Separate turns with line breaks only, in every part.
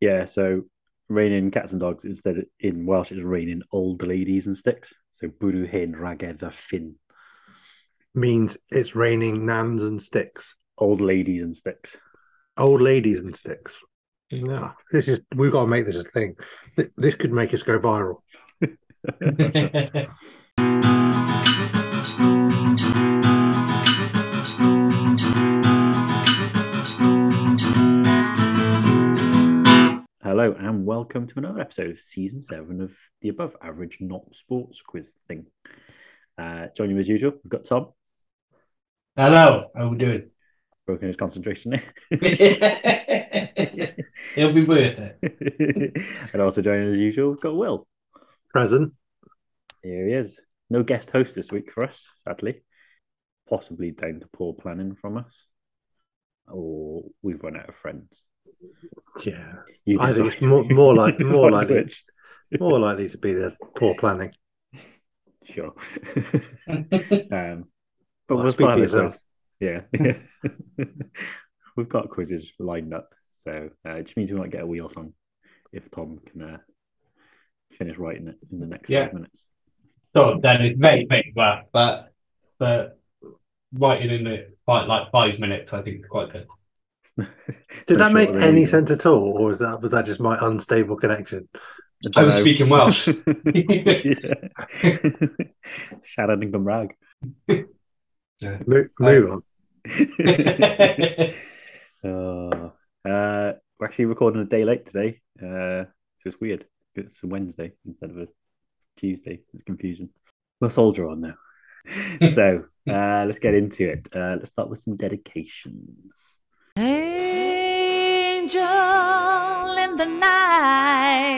Yeah, so raining cats and dogs instead in Welsh it's raining old ladies and sticks. So bwrw hen ragedd a fin.
Means it's raining nans and sticks,
Old ladies and sticks.
old ladies and sticks. No, this is we've got to make this a thing. Th- This could make us go viral.
Hello and welcome to another episode of season seven of the above average not sports quiz thing. Uh, joining me as usual, we've got Tom
Hello, how we doing?
broken his concentration,
It'll be worth it.
and also joining as usual, we've got Will.
Present.
Here he is. No guest host this week for us, sadly. Possibly down to poor planning from us, or we've run out of friends.
Yeah.
You
I think
decide.
it's more- more like-
You
more
decide
likely.
which.
More likely to be the poor planning.
Sure. um, but
Well,
we'll
speak
start
for
with
yourself.
quiz. Yeah. yeah. We've got quizzes lined up, so uh, it just means we might get a wheel song if Tom can uh, finish writing it in the next
Yeah.
five minutes.
So that is very, very well, but but writing in it quite like five minutes, I think is quite good.
No
Did that make
shorter than
any
usual.
sense at all, or was that was that just my unstable connection?
I was
Dunno.
speaking Welsh.
yeah. Shannon and Gumrag.
Move, move on.
oh, uh, we're actually recording a day late today. Uh, so it's weird. It's a Wednesday instead of a Tuesday. It's confusion. We'll soldier on now. so uh, let's get into it. Uh, let's start with some dedications.
Angel in the night.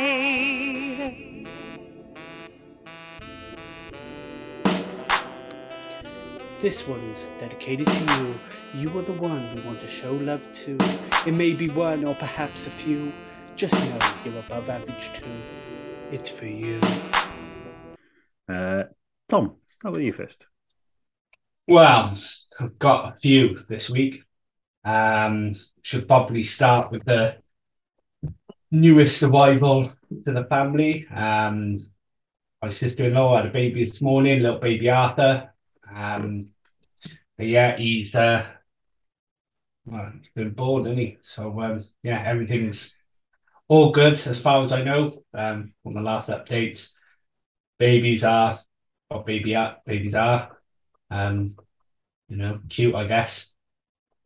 This one's dedicated to you. You are the one we want to show love to. It may be one or perhaps a few. Just know you're above average too. It's for you.
Uh, Tom, start with you first.
Well, I've got a few this week. Um, should probably start with the newest arrival to the family. Um, my sister-in-law had a baby this morning, little baby Arthur. Um, but yeah, he's uh, well, he's been born, isn't he? So um, yeah, everything's all good as far as I know. Um, from the last updates, babies are, or baby are, babies are. Um, you know, cute, I guess.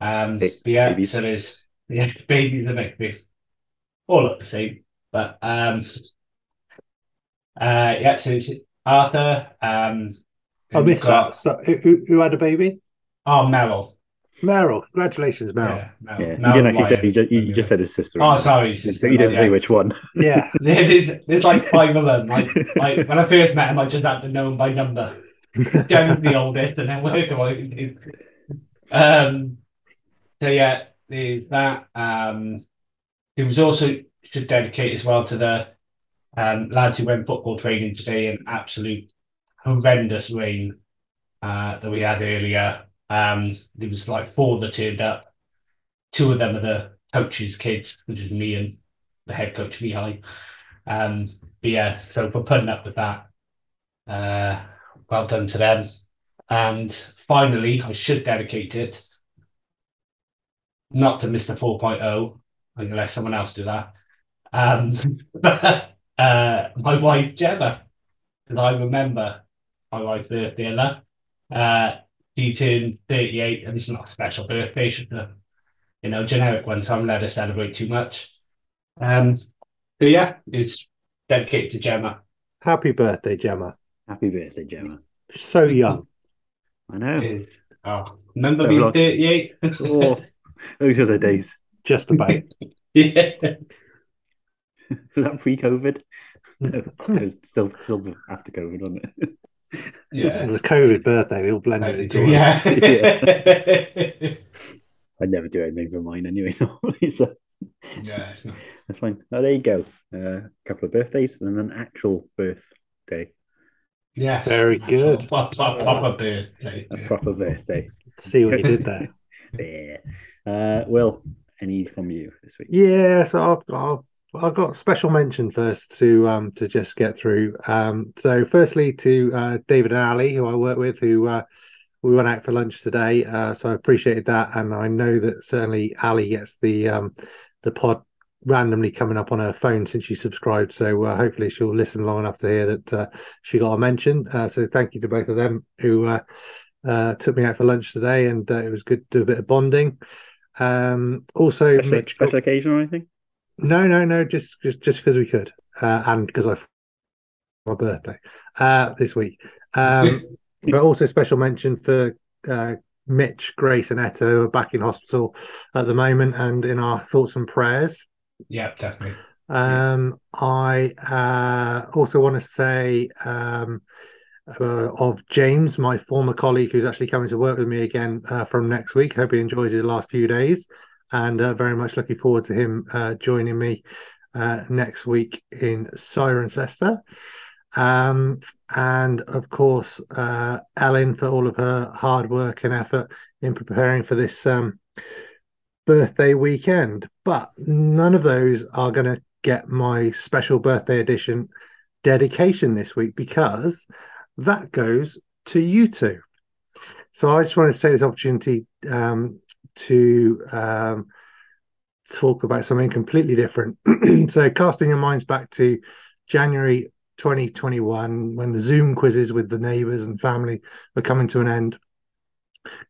Um,
Ba-
but yeah,
babies.
so there's yeah, babies are next big. All look the same, but um, uh, yeah. So it's Arthur. Um,
I
and
missed
we've got-
that. So, who- who, who had a baby?
Oh, Meryl.
Meryl. Congratulations, Meryl.
Yeah, Meryl.
Yeah,
Meryl
you didn't actually say.
Ryan.
You just, you you just said his sister.
Oh, sorry.
You didn't- you didn't say which one.
Yeah.
There's, there's like five of them. Like, like when I first met him, I just had to know him by number. Down the oldest, and then work on it. Um, so yeah, there's that. Um, it was also should dedicate as well to the um, lads who went football training today in absolute horrendous rain uh, that we had earlier. Um, there was like four that turned up. Two of them are the coach's kids, which is me and the head coach Mihai. Um, but yeah, so for putting up with that, uh, well done to them. And finally, I should dedicate it not to Mr. 4.0, oh, unless someone else do that. Um, but uh, my wife Gemma, because I remember my wife's birthday and that. Uh, she turned 38, and it's not a special birthday, she's a you know, generic one, so I'm not to celebrate too much. Um, but yeah, it's dedicated to Gemma.
Happy birthday, Gemma.
Happy birthday, Gemma.
So young.
I know.
Is- Oh, remember
So
being
lucky.
38?
Oh, those are the days.
Just about.
yeah.
Was that pre-COVID? No, it was still still after COVID, wasn't it?
It was a COVID birthday. They all blended into one.
Yeah.
I'd never do anything for mine anyway. Normally, so
yeah. it's not-
that's fine. Oh, there you go. Uh, a couple of birthdays and an actual birthday,
Yes.
Very good.
Proper, proper, proper birthday.
a proper birthday.
See what you did
Yeah.
there.
Uh, Will, any from you this week?
Yeah, so I've got, I've- I've got special mention first to um to just get through. Um, so firstly to uh, David and Ali, who I work with, who uh, we went out for lunch today. Uh, so I appreciated that, and I know that certainly Ali gets the um the pod randomly coming up on her phone since she subscribed. So uh, hopefully she'll listen long enough to hear that uh, she got a mention. Uh, so thank you to both of them who uh, uh, took me out for lunch today, and uh, it was good to do a bit of bonding. Um, also,
Special,
Mitch-
special occasion or anything?
no, no, no. Just just just because we could, uh, and because I f- my birthday uh, this week. Um, but also special mention for uh, Mitch, Grace, and Etta who are back in hospital at the moment, and in our thoughts and prayers.
Yeah, definitely.
Um, I uh, also want to say um, uh, of James, my former colleague, who's actually coming to work with me again uh, from next week. Hope he enjoys his last few days, and uh, very much looking forward to him uh, joining me uh, next week in Cirencester. Um, and of course, uh, Ellen for all of her hard work and effort in preparing for this um, birthday weekend. But none of those are going to get my special birthday edition dedication this week because that goes to you two. So I just want to take this opportunity um, to um, talk about something completely different. so casting your minds back to January 2021 when the Zoom quizzes with the neighbours and family were coming to an end,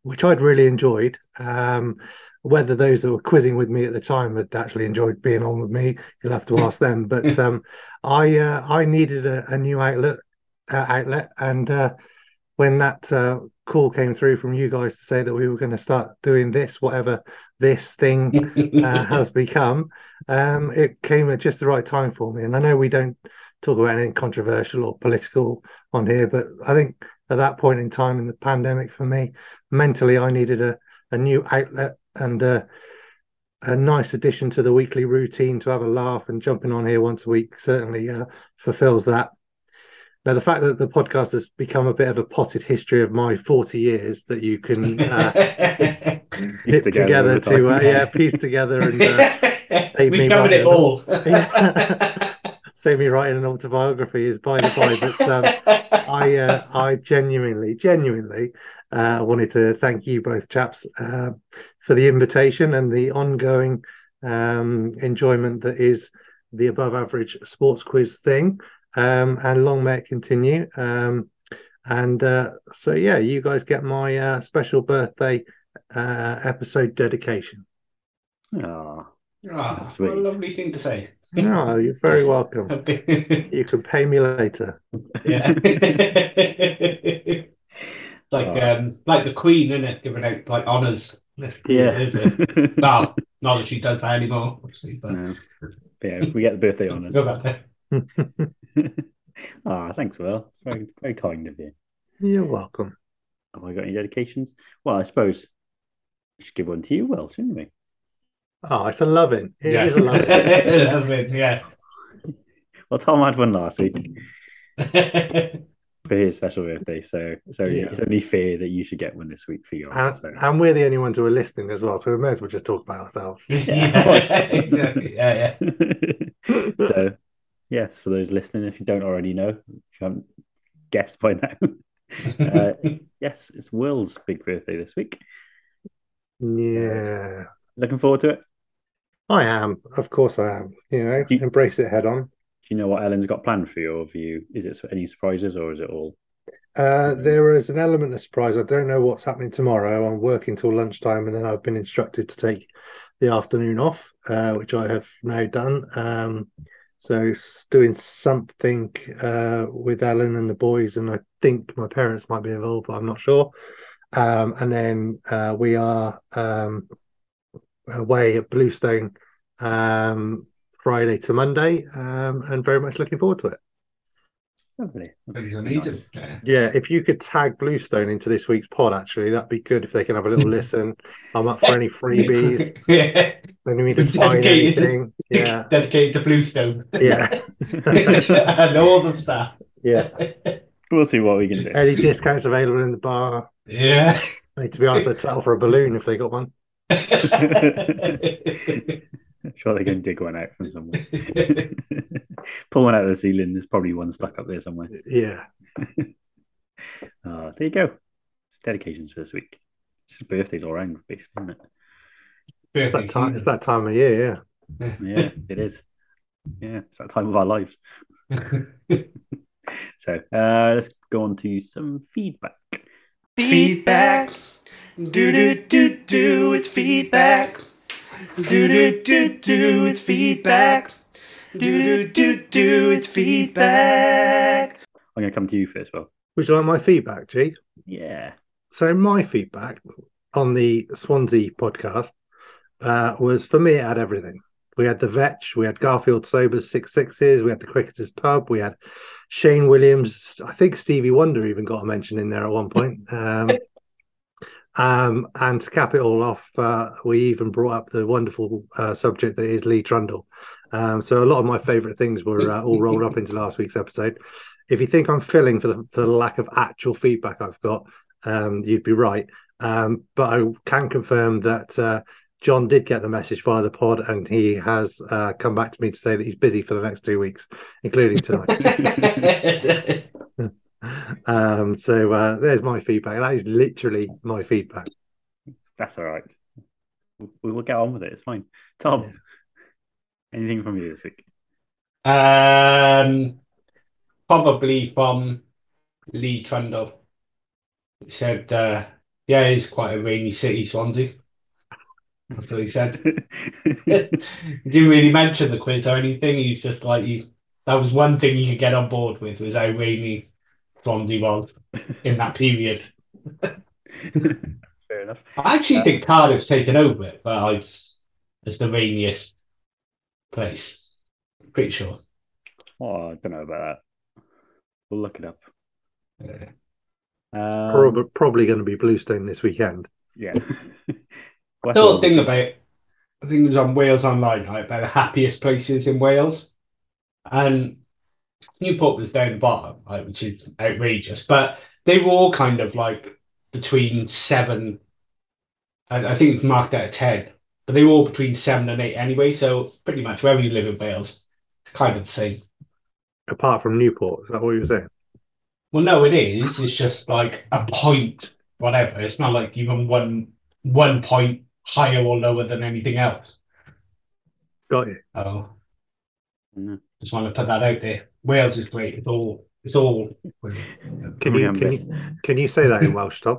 which I'd really enjoyed. Um, whether those that were quizzing with me at the time had actually enjoyed being on with me, you'll have to ask them. But um, I uh, I needed a, a new outlet uh, outlet, and uh, when that uh, call came through from you guys to say that we were going to start doing this, whatever this thing uh, has become. Um, it came at just the right time for me. And I know we don't talk about anything controversial or political on here, but I think at that point in time in the pandemic for me, mentally, I needed a, a new outlet and a, a nice addition to the weekly routine to have a laugh. And jumping on here once a week certainly uh, fulfills that. Now, the fact that the podcast has become a bit of a potted history of my 40 years that you can uh,
Piece
knit together,
all the
to uh,
time.
yeah piece together and uh, save me
we covered
money.
it all.
Yeah. save me writing an autobiography is by the by but um, i uh, i genuinely genuinely uh, wanted to thank you both chaps uh, for the invitation and the ongoing um, enjoyment that is the above average sports quiz thing um, and long may it continue um, and uh, so yeah you guys get my uh, special birthday uh, episode dedication
Aw.
Ah,
That's
what a
sweet.
lovely thing to say.
no Oh, you're very welcome you can pay me later
yeah. like
Oh.
um, like the Queen, isn't it? Giving out like honours.
uh,
Yeah.
well, not that she does that anymore, obviously, but
No. But yeah, we get the birthday honours.
Go back there.
Ah, thanks, Will. Very, very kind of you.
You're welcome.
Have I got any dedications? Well, I suppose we should give one to you, Will, shouldn't we?
Oh, it's a loving. It is a
yeah.
loving.
That's it, yeah.
Well, Tom had one last week for his special birthday, so so
Yeah. Uh,
it's only fair that you should get one this week for yours.
and,
So.
and we're the only ones who are listening as well, so we may as well just talk about ourselves.
yeah. Exactly. Yeah, yeah.
so, yes, for those listening, if you don't already know, if you haven't guessed by now, uh, yes, it's Will's big birthday this week.
Yeah,
Looking forward to it.
I am. Of course, I am. You know,
You-
embrace it head on.
Do you know what Ellen's got planned for you? Or have you? Is it any surprises, or is it all?
Uh, there is an element of surprise. I don't know what's happening tomorrow. I'm working till lunchtime, and then I've been instructed to take the afternoon off, uh, which I have now done. Um, so s- doing something uh, with Alan and the boys, and I think my parents might be involved, but I'm not sure. Um, and then uh, we are um, away at Bluestone um, Friday to Monday, um, and very much looking forward to it.
Lovely.
Things are
Nice.
needed. Yeah.
Yeah, if you could tag Bluestone into this week's pod, actually, that'd be good if they can have a little listen. I'm up for any freebies.
yeah.
They need to
It's
sign
dedicated.
anything. Yeah,
Dedicated to Bluestone.
yeah,
and all the stuff.
yeah.
We'll see what we can do.
Any discounts available in the bar?
Yeah.
I mean, to be honest, I'd settle for a balloon if they got one.
sure they can dig one out from somewhere. Pull one out of the ceiling. There's probably one stuck up there somewhere.
Yeah.
Uh, there you go. It's dedications for this week. It's just birthdays all around, basically, isn't it?
It's that time. It's that time of year. Yeah.
Yeah, it is. Yeah, it's that time of our lives. So uh, let's go on to some feedback.
Feedback. Do do do do. It's feedback. Do do do do. It's feedback. Do do do do. It's feedback.
I'm going to come to you first, Will.
Would you like my feedback, G?
Yeah.
So my feedback on the Swansea podcast uh, was for me, it had everything. We had the Vetch, we had Garfield Sober's Six Sixes, we had the Cricketers Pub, we had Shane Williams. I think Stevie Wonder even got a mention in there at one point. Um, um, and to cap it all off, uh, we even brought up the wonderful uh, subject that is Lee Trundle. Um, so a lot of my favourite things were uh, all rolled up into last week's episode. If you think I'm filling for the, for the lack of actual feedback I've got, um, you'd be right. Um, but I can confirm that uh, John did get the message via the pod, and he has uh, come back to me to say that he's busy for the next two weeks, including tonight. um, so uh, there's my feedback. That is literally my feedback.
That's all right. We will get on with it. It's fine. Tom, anything from you this week?
Um, probably from Lee Trundle. He said, uh, "Yeah, it's quite a rainy city, Swansea." That's what he said. He didn't really mention the quiz or anything. He's just like he's that was one thing he could get on board with was how rainy Swansea was in that period.
Fair enough.
I actually
Uh,
think Cardiff's taken over it, but I it's the rainiest place. Pretty sure.
Oh, I don't know about that. We'll look it up.
Yeah.
Um,
Probably, probably going to be Bluestone this weekend.
Yeah.
I saw a thing about I think it was on Wales Online, right? About the happiest places in Wales. And Newport was down the bottom, right, which is outrageous. But they were all kind of like between seven I, I think it's marked out at ten. But they were all between seven and eight anyway, so pretty much wherever you live in Wales, it's kind of the same.
Apart from Newport, is that what you were saying?
Well, no, it is. It's just like a point, whatever. It's not like even one one point higher or lower than anything else.
Got you.
Oh,
Mm.
just want to put that out there. Wales is great. It's all. It's all.
Can you can you, can you say that in Welsh, Tom?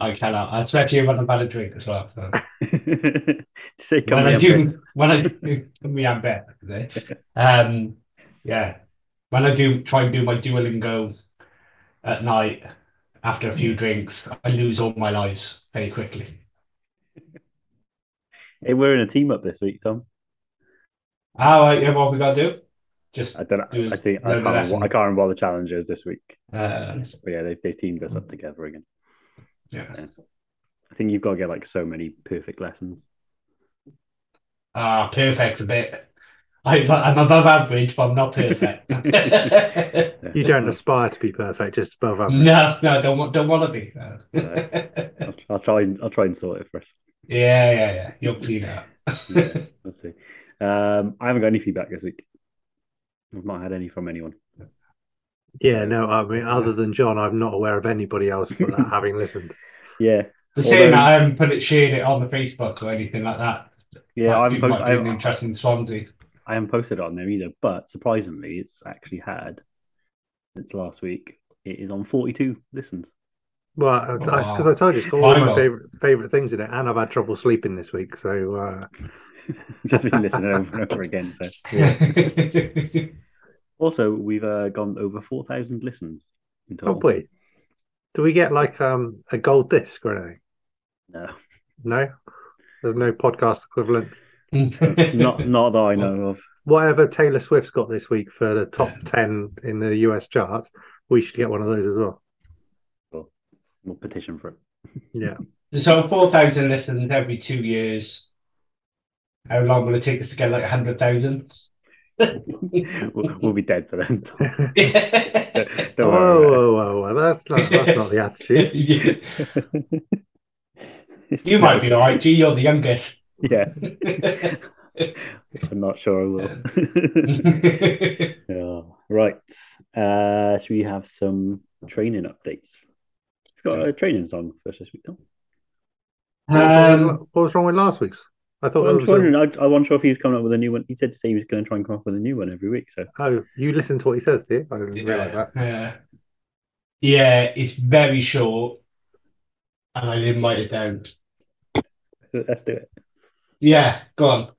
I cannot. Especially when I've had a drink as well. So.
Say come
when I
here, Chris.
do, when I do, me and Beth, today. um, yeah, when I do try and do my Duolingo at night after a
Mm.
few drinks, I lose all my lives very quickly.
Hey, we're in a team up this week, Tom.
All right, yeah, what we gotta do? Just
I don't know.
Do
I think I can't,
no
remember, what- I
lesson.
can't remember what the challenge is this week.
uh,
But yeah, they've, they've teamed us up together again.
yeah.
I think you've got to get like so many perfect lessons.
Ah, perfect's a bit. I'm, I'm above average, but I'm not perfect. no,
Yeah,
You don't
I'll,
aspire to be perfect, just above average.
no, don't want, don't want to be. No. yeah,
I'll, I'll try and I'll try and sort it for us.
yeah, yeah. You'll clean up.
Yeah, Let's see. Um, I haven't got any feedback this week. I've not had any from anyone.
Yeah, no, I mean, other than John, I'm not aware of anybody else that, having listened.
Yeah,
The same
Although-
that I haven't put it shared it on the Facebook or anything like that.
yeah.
Like,
I haven't,
people
post-
might
I,
be an
haven't-
interest in Swansea.
I haven't posted on there either. But surprisingly, it's actually had since last week. It is on forty-two listens.
Well,
Oh,
because I told you, it's got all my
Final.
favorite favorite things in it, and I've had trouble sleeping this week. So, uh,
Oh. Just been listening over and over again. So also, we've uh, gone over four thousand listens. In
oh
total.
boy, do we get like um a gold disc or anything?
No,
No, there's no podcast equivalent.
not not that I know of.
Whatever Taylor Swift's got this week for the top ten in the US charts, we should get one of those as well.
We'll petition for it.
Yeah,
so four thousand listens every two years. How long will it take us to get like hundred thousand?
we'll, we'll be dead for them. Don't worry
whoa,
about it.
whoa, whoa, whoa, that's not that's not the attitude.
You might be all right, G. You're the youngest.
Yeah, I'm not sure I will. Yeah. Right. Uh, should we have some training updates? We've got a training song first this week, though.
What was wrong with-
um,
what was wrong with last week's? I thought
Well,
it
I'm
was.
wondering. I, I wasn't sure if he was coming up with a new one. He said to say he was going to try and come up with a new one every week. So
oh, you listen to what he says, do you? I didn't realize that.
Yeah. Yeah, it's very short. And I didn't write it down.
let's do it.
Yeah, go on.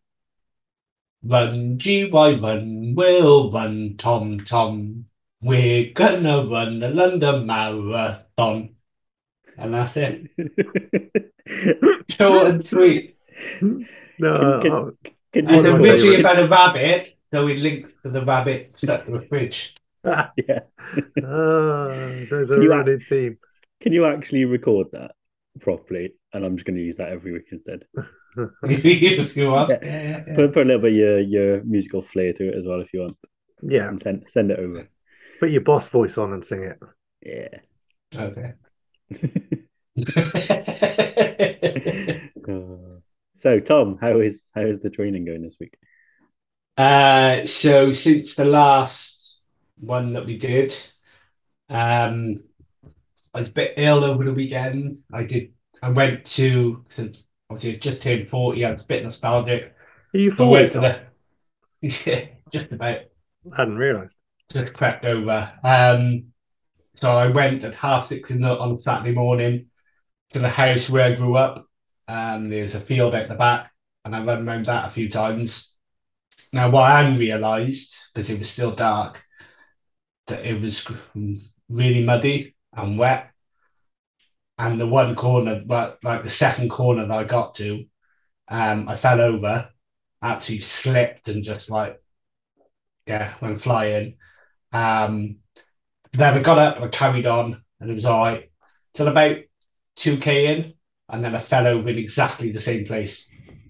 Run, G Y run, we'll run, Tom Tom. We're gonna run the London Marathon. And that's it. Short and sweet.
No,
Can-
oh,
Can you-
What do you
It's
want
originally
to say, Richard?
about a rabbit, so we linked to the rabbit stuck to the fridge.
yeah.
ah, there's a
Can you-
running theme.
Can you actually record that properly? And I'm just going to use that every week instead.
if you want.
Yeah.
Yeah, yeah, yeah.
Put, put a little bit of your, your musical flair to it as well if you want,
Yeah,
and send send it over.
put your boss voice on and sing it.
Yeah.
Okay.
Uh, so Tom, how is how is the training going this week?
Uh, so since the last one that we did, um, I was a bit ill over the weekend. I did. I went to since obviously I just turned forty. I was a bit nostalgic.
Are you
So I went
forward?
to
I
the yeah, just about
hadn't realised.
just crept over. Um, so I went at half six in the on Saturday morning to the house where I grew up. Um, there's a field out the back, and I ran around that a few times. Now, what I hadn't realised because it was still dark, that it was g- really muddy and wet. And the one corner, but like the second corner that I got to, um, I fell over, actually slipped and just like, yeah, went flying. Um, then I got up and I carried on, and it was all right till about 2k in, and then I fell over in exactly the same place.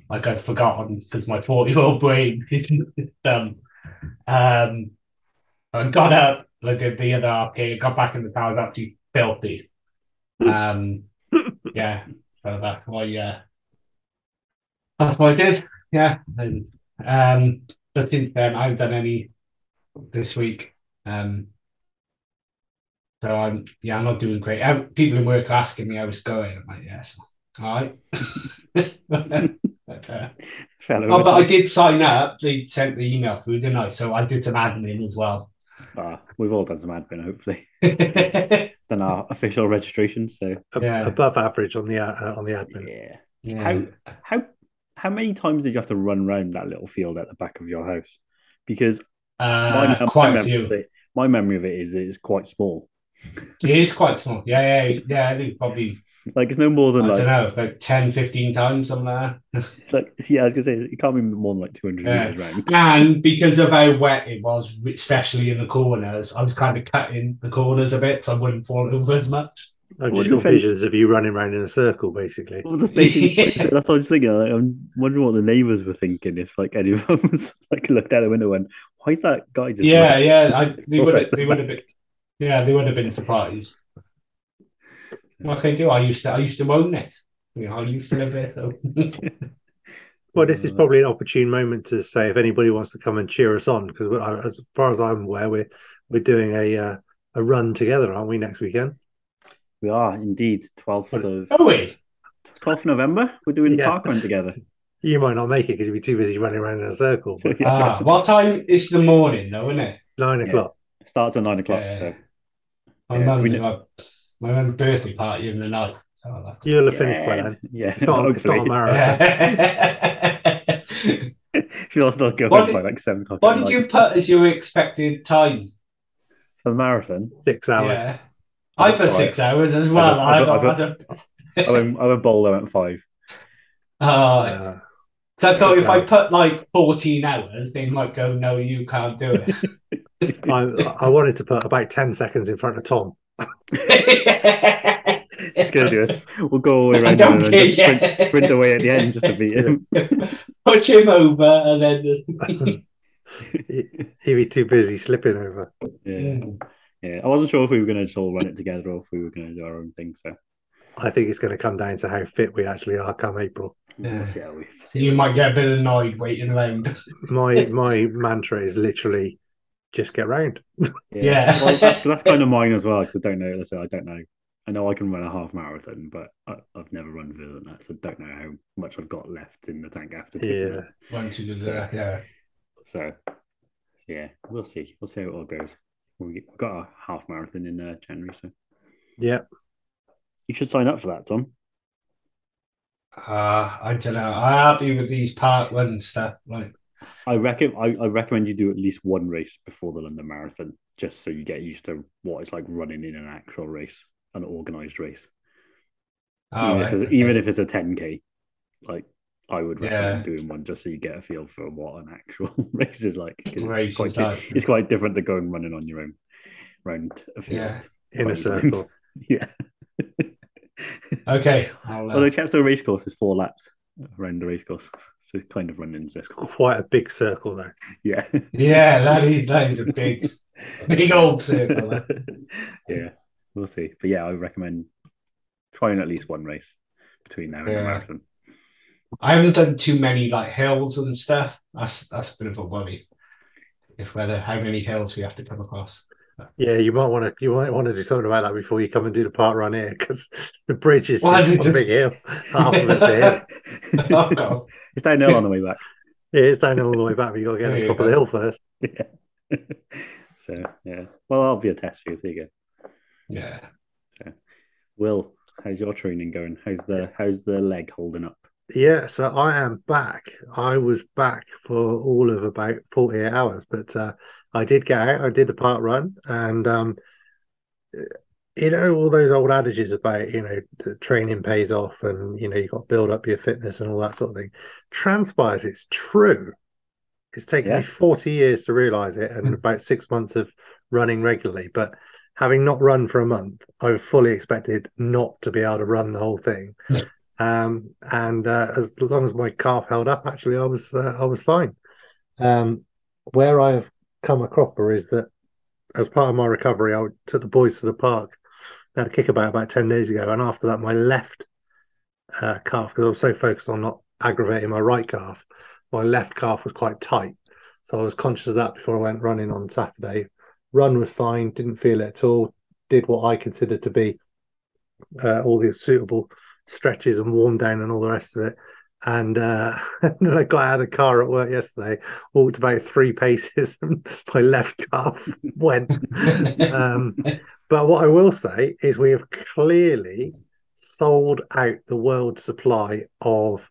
Like I'd forgotten because my 40 year old brain is dumb. Um, I got up, looked at the other RP, got back in the car, I was absolutely filthy. Um, yeah, so that's why, uh, that's what I did. Yeah. And, um, but since then, I haven't done any this week. Um, so I'm yeah, I'm not doing great. Um, people in work are asking me how it's going. I'm like, yes, all right. But, uh,
Fell
oh,
over
but I
twice.
did sign up. They sent the email through, didn't I? So I did some admin as well.
Ah, we've all done some admin, hopefully.
yeah,
Done our official registration. So
A-
Yeah.
Above average on the uh, on the admin.
yeah. How how how many times did you have to run round that little field at the back of your house? Because my,
uh,
mem- my
quite a
memory
few.
of it, my memory of it is that it's quite small.
It is quite small. Yeah, yeah, yeah. I think probably
Like it's no more
I
than
don't
like,
know, about 10, 15 times on there.
it's like yeah, I was gonna say it can't be more than like two hundred
Yeah.
meters round.
And because of how wet it was, especially in the corners, I was kind of cutting the corners a bit so I wouldn't fall over as much.
Oh,
Well,
just your
the thing-
visions of you running around in a circle, basically.
All the spaces- That's what I was thinking. Like, I'm wondering what the neighbours were thinking if like any of them was like looked out the window and why is that guy just
yeah, yeah. I, they
What's
would have,
that?
they would have been, yeah, they would have been surprised. What can I do? I used to, I used to own it. You know, I used to live there. So
Well, this is
Uh,
probably an opportune moment to say if anybody wants to come and cheer us on, because as far as I'm aware, we're we're doing a uh, a run together, aren't we? Next weekend.
We are indeed twelfth of
are we?
twelfth November. We're doing
Yeah.
park run together.
You might not make it because you'll be too busy running around in a circle. But
Ah, what time is the morning though, isn't it?
nine
Yeah.
o'clock.
Starts at nine o'clock.
Yeah.
So
My
Yeah, we
mum's
did.
got my mum's birthday party in the night. So I'll have to-
You'll have finished by
Yeah,
then.
Yeah,
It's not, it's not a
hopefully.
marathon.
She'll still go
What
home
did-
by like seven o'clock.
what
at
did
night.
you put as your expected time?
for the marathon?
Six hours.
Yeah. I put
Sorry.
six hours as well.
I
I
put- I
got,
put-
I got,
I went, I went bowler at five.
oh,
Uh,
so I thought
six
if I
hours.
put like 14 hours, they might go, no, you can't do
I I wanted to put about ten seconds in front of Tom.
it.
Just gonna do this. We'll go all the way
I
around
don't
him and just
care,
sprint,
yeah.
sprint away at the end just to beat him.
Push him over and then just.
He'd be too busy slipping over.
Yeah, yeah. I wasn't sure if we were gonna just all run it together or if we were gonna do our own thing. So
I think it's going to come down to how fit we actually are come April.
We'll see how we see
You
how-
might get a bit annoyed waiting around.
My my mantra is literally just get round.
Yeah.
Well, that's, that's kind of mine as well because I don't know. Listen, I don't know. I know I can run a half marathon, but I, I've never run further than that, so I don't know how much I've got left in the tank after. doing
Yeah.
that.
Once you do that, yeah.
So, yeah, we'll see. We'll see how it all goes. We get- We've got a half marathon in uh, January, so
Yeah.
you should sign up for that, Tom.
Uh, I don't know. I'm happy with these part one stuff. Like,
I reckon I, I recommend you do at least one race before the London Marathon, just so you get used to what it's like running in an actual race, an organised race.
oh,
even, if it's,
right,
even
okay.
if it's a 10k like i would recommend
Yeah.
doing one just so you get a feel for what an actual race is like 'cause it's,
Race is
quite di-
like-
it's quite different to going running on your own round a field
Yeah.
In a
five times.
circle.
yeah
okay. I'll, uh,
although chepstow race course is four laps around the race course so it's kind of running this course
Quite a big circle though.
yeah
yeah, that is that is a big, big old circle. that.
yeah we'll see but yeah i recommend trying at least one race between now and
Yeah.
the marathon
I haven't done too many like hills and stuff. That's that's a bit of a worry. If whether how many hills we have to come across.
Yeah, you might want to you might want to do something about that before you come and do the part run here because the bridge is
Why
just
did
one
you-
big hill. Half of it's a hill.
Oh, God.
it's downhill on the way back
It is down all the way back, but you got to get on
There you
top of
go.
the hill first.
yeah. so yeah. Well, I'll be a test for you. There you go.
Yeah.
Will, how's your training going? How's the how's the leg holding up?
Yeah, so I am back. I was back for all of about 48 hours, but uh, I did get out. I did a part run, and um, you know all those old adages about you know the training pays off, and you know you got to build up your fitness and all that sort of thing. Transpires, it's true. It's taken
Yeah.
me 40 years to realize it, and about six months of running regularly. But having not run for a month, I fully expected not to be able to run the whole thing.
Yeah.
Um, and uh, as long as my calf held up, actually, I was uh, I was fine. Um, where I have come a cropper is that as part of my recovery, I took the boys to the park. They had a kickabout about ten days ago, and after that, my left uh, calf because I was so focused on not aggravating my right calf, my left calf was quite tight. So I was conscious of that before I went running on Saturday. Run was fine, didn't feel it at all. Did what I considered to be uh, all the suitable stretches and warm down and all the rest of it. And uh, then I got out of the car at work yesterday, walked about three paces, and my left calf went.
Uh,
um, but what I will say is we have clearly sold out the world supply of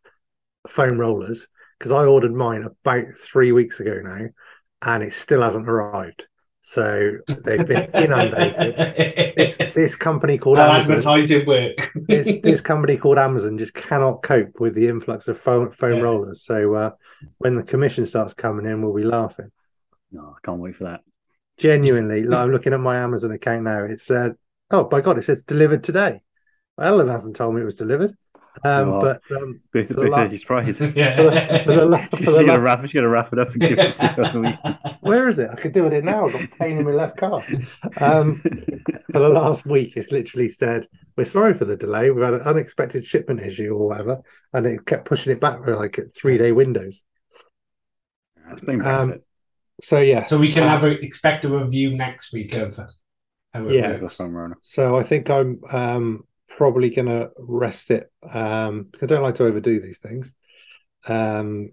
foam rollers because I ordered mine about three weeks ago now, and it still hasn't arrived. So they've been inundated. This this company called
How
Amazon
advertising work.
this this company called Amazon just cannot cope with the influx of foam, foam
Yeah.
rollers. So uh, when the commission starts coming in, we'll be laughing.
No, I can't wait for that.
Genuinely, like, I'm looking at my Amazon account now. It said, "Oh by God, it says delivered today." Well, Ellen hasn't told me it was delivered, um,
Oh.
but um,
Big,
The
big
la-
surprise. she's
for the
yeah.
la- for the
gonna
la-
wrap. She's gonna wrap it up and give it to you on the
where is it? I could do it now. I've got pain in my left calf. Um,
weekend.
for the last week, it's literally said, We're sorry for the delay. We've had an unexpected shipment issue or whatever. And it kept pushing it back for like three day windows.
That's been about
Um,
it.
So, yeah.
So we can have a, expect a review next week of how it
Yeah.
There's a
works.
phone runner.
So I think I'm um, probably going to rest it. Um, 'cause I don't like to overdo these things. Um,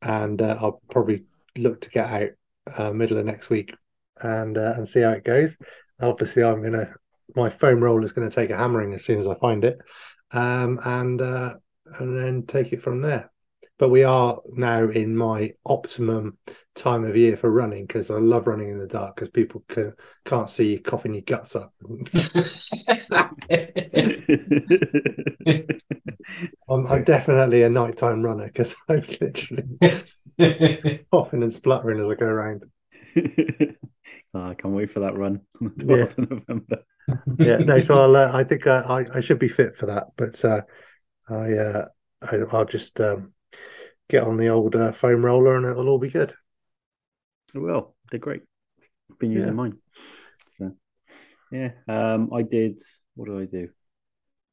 and uh, I'll probably look to get out uh, middle of next week and uh, and see how it goes. Obviously, I'm going to, my foam roller is going to take a hammering as soon as I find it. Um, and uh, and then take it from there. But we are now in my optimum time of year for running because I love running in the dark because people can, can't see you coughing your guts up. I'm, I'm definitely a nighttime runner because I'm literally coughing and spluttering as I go around.
Oh, I can't wait for that run on the
Yeah.
12th of November.
Yeah, no, so I'll, uh, I think uh, I, I should be fit for that, but uh, I, uh, I I'll just um, get on the old uh, foam roller and it'll all be good.
I will. They're great. I've been using
Yeah.
mine. So yeah. Um I did what do I do?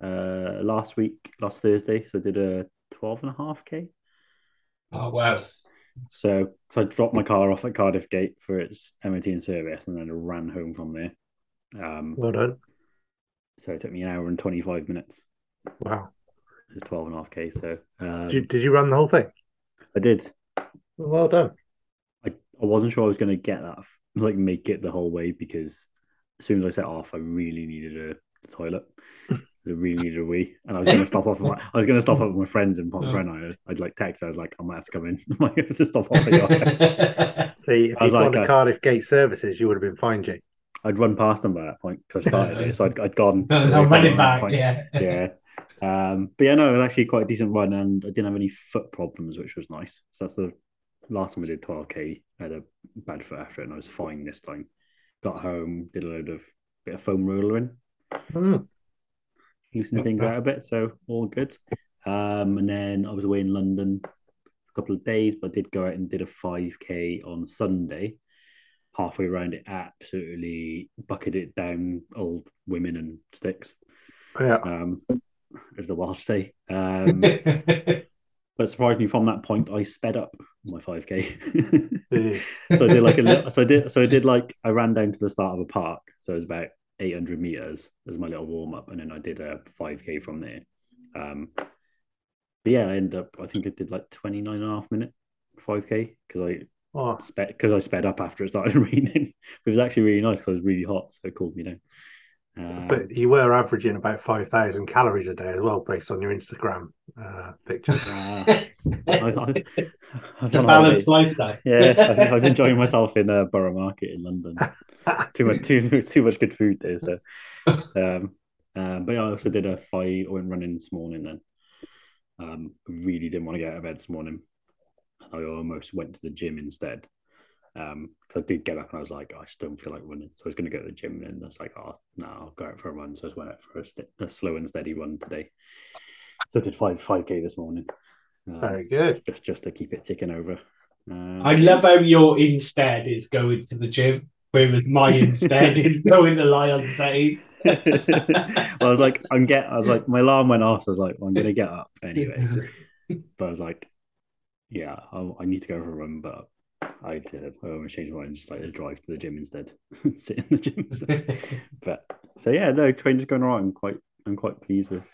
uh, last week, last Thursday. So I did a 12 and a half K.
Oh wow.
So, so I dropped my car off at Cardiff Gate for its MOT and service and then I ran home from there. Um,
Well done.
so it took me an hour and 25 minutes.
Wow.
It was 12 and a half K. So um,
Did you, did you run the whole thing?
I did.
Well done.
I, I wasn't sure I was going to get that, f- like make it the whole way because as soon as I set off, I really needed a toilet. I really needed a wee, and I was going to stop off. At my, I was going to stop off with my friends in Pont Brenner. I'd like text. her, I was like, I might have to come in. I might have to stop off at your house.
See, if
I was
you'd gone
like,
to
uh,
Cardiff Gate Services, you would have been fine, Jake.
I'd run past them by that point because I started it, so I'd, I'd gone.
no,
away from
running
them at that
back,
point.
yeah.
yeah. Um, but yeah, no, it was actually quite a decent run, and I didn't have any foot problems, which was nice. So that's the last time I did 12k. I had a bad foot after it, and I was fine this time. Got home, did a load of bit of foam rollering,
Mm.
loosened things out a bit, so all good. Um, and then I was away in London for a couple of days, but I did go out and did a 5k on Sunday. Halfway around it, absolutely bucketed it down old women and sticks
Yeah.
um, as the Welsh say. Um, but surprisingly, from that point, I sped up my 5k.
Did
so I did like a little, so I did so I did like I ran down to the start of a park, so it was about 800 meters as my little warm up, and then I did a 5k from there. Um, but yeah, I ended up I think I did like 29 and a half minute 5k because I
Oh,
sped because I sped up after it started raining. it was actually really nice. 'cause it was really hot, so it cooled me down. Um,
but you were averaging about 5,000 calories a day as well, based on your Instagram uh, pictures.
uh, I, I, I
it's
was
a
on holiday.
balanced lifestyle.
Yeah, I was, I was enjoying myself in uh, Borough Market in London. too much, too too much good food there. So, um, um, but yeah, I also did a five. I went running this morning. Then, um, really didn't want to get out of bed this morning. I almost went to the gym instead. Um, so I did get up and I was like, I just don't feel like running. So I was going to go to the gym and I was like, oh no, I'll go out for a run. So I just went out for a, st- a slow and steady run today. So I did five five k this morning. Um,
Very good.
just just to keep it ticking over. Um,
I love how your instead is going to the gym, whereas my instead is going to lie on stage.
well, I was like, I'm get. I was like, my alarm went off. So I was like, well, I'm gonna get up anyway. But I was like, yeah, I, I need to go for a run, but I did. I almost changed my mind and just like drive to the gym instead, and sit in the gym. So, but so yeah, no, training's going all right. I'm quite, I'm quite pleased with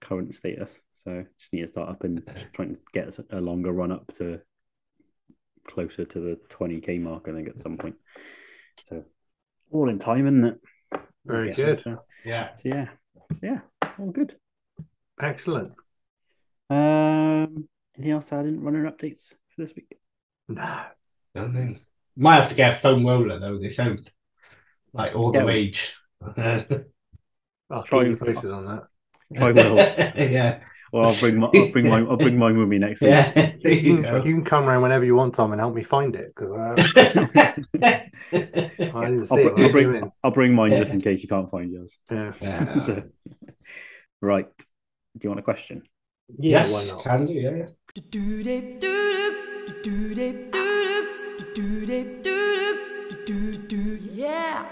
current status. So just need to start up and just trying to get a longer run up to closer to the 20k mark. I think at some point. So all in time, isn't it?
Very
Yeah,
good.
So,
yeah.
so yeah, so yeah, all good.
Excellent.
Um, anything else? I didn't run our updates for this week.
No.
Nothing. Might have to get a foam roller though, they sound like all the
Yeah.
rage.
I'll
Try
keep you
and-
posted on that.
Try will.
yeah.
Well, I'll bring my, I'll bring mine. I'll bring mine with me next week.
Yeah.
You
There you
can,
go.
you can come round whenever you want, Tom, and help me find it because I, I didn't see
I'll, br- I'll
it. when I came
bring.
in.
I'll bring mine just in case you can't find yours.
Yeah.
Yeah.
So- right. Do you want a question?
Yeah,
Yes,
why not?
can do, yeah, yeah.
Yeah.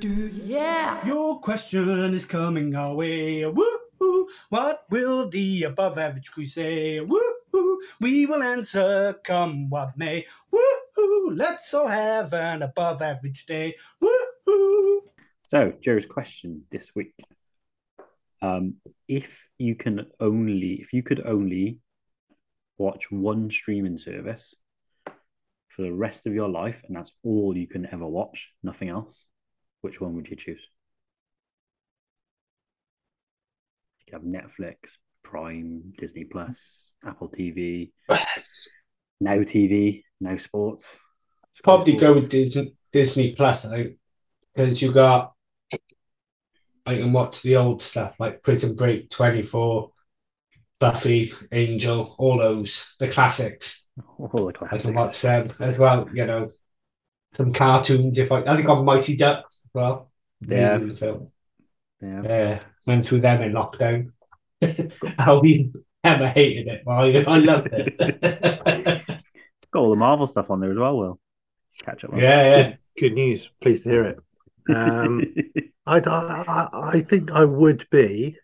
Yeah.
Your question is coming our way. Woo-hoo. What will the above average crew say? Woo-hoo. We will answer come what may. Woo-hoo. Let's all have an above average day. Woo-hoo.
So, Joe's question this week: um, If you can only, if you could only watch one streaming service for the rest of your life, and that's all you can ever watch, nothing else, which one would you choose? You could have Netflix, Prime, Disney Plus, Apple TV, Now TV, Now Sports. Sky
Probably go
Sports.
with Disney, Disney Plus, I think, because you got, I can watch the old stuff like Prison Break, 24, Buffy, Angel, all those, the classics.
all the
I
classics.
can watch them as well, you know, some cartoons. If I, I think I've Mighty Ducks as well.
Yeah.
The film.
Yeah.
Yeah, went through them in lockdown. How we ever hated it. Well, I, I loved it.
Got all the Marvel stuff on there as well, Will. Catch up on
yeah, yeah.
Good news. Pleased to hear it. Um, I, I I think I would be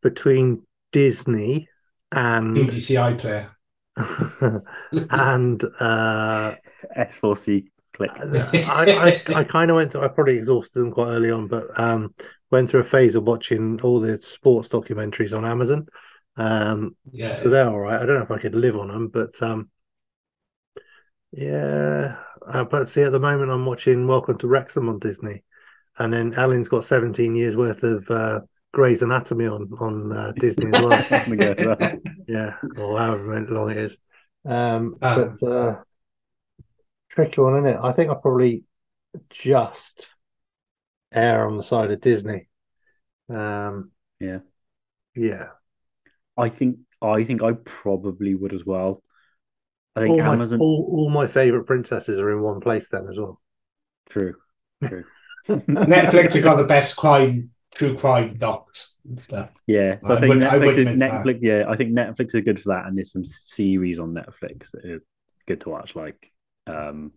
between Disney and
DDCI player.
and uh,
S4C click.
I, I, I kind of went through, I probably exhausted them quite early on, but um, went through a phase of watching all the sports documentaries on Amazon. Um,
Yeah.
so they're all right. I don't know if I could live on them, but um, yeah. Uh, but see, at the moment, I'm watching Welcome to Wrexham on Disney, and then Ellen's got 17 years worth of uh, Grey's Anatomy on on uh, Disney as well.
gonna go to that.
Yeah, or however long it is. Um,
Ah.
but uh, tricky one, isn't it? I think I probably just err on the side of Disney. Um,
Yeah.
yeah.
I think I think I probably would as well. I think
All my
Amazon.
all, all my favorite princesses are in one place then as well.
True. True.
Netflix have got the best crime, true crime docs and stuff.
Yeah, so I,
I
think
wouldn't- I
Netflix is
wouldn't miss that.
Netflix. Yeah, I think Netflix is good for that, and there's some series on Netflix that are good to watch, like um,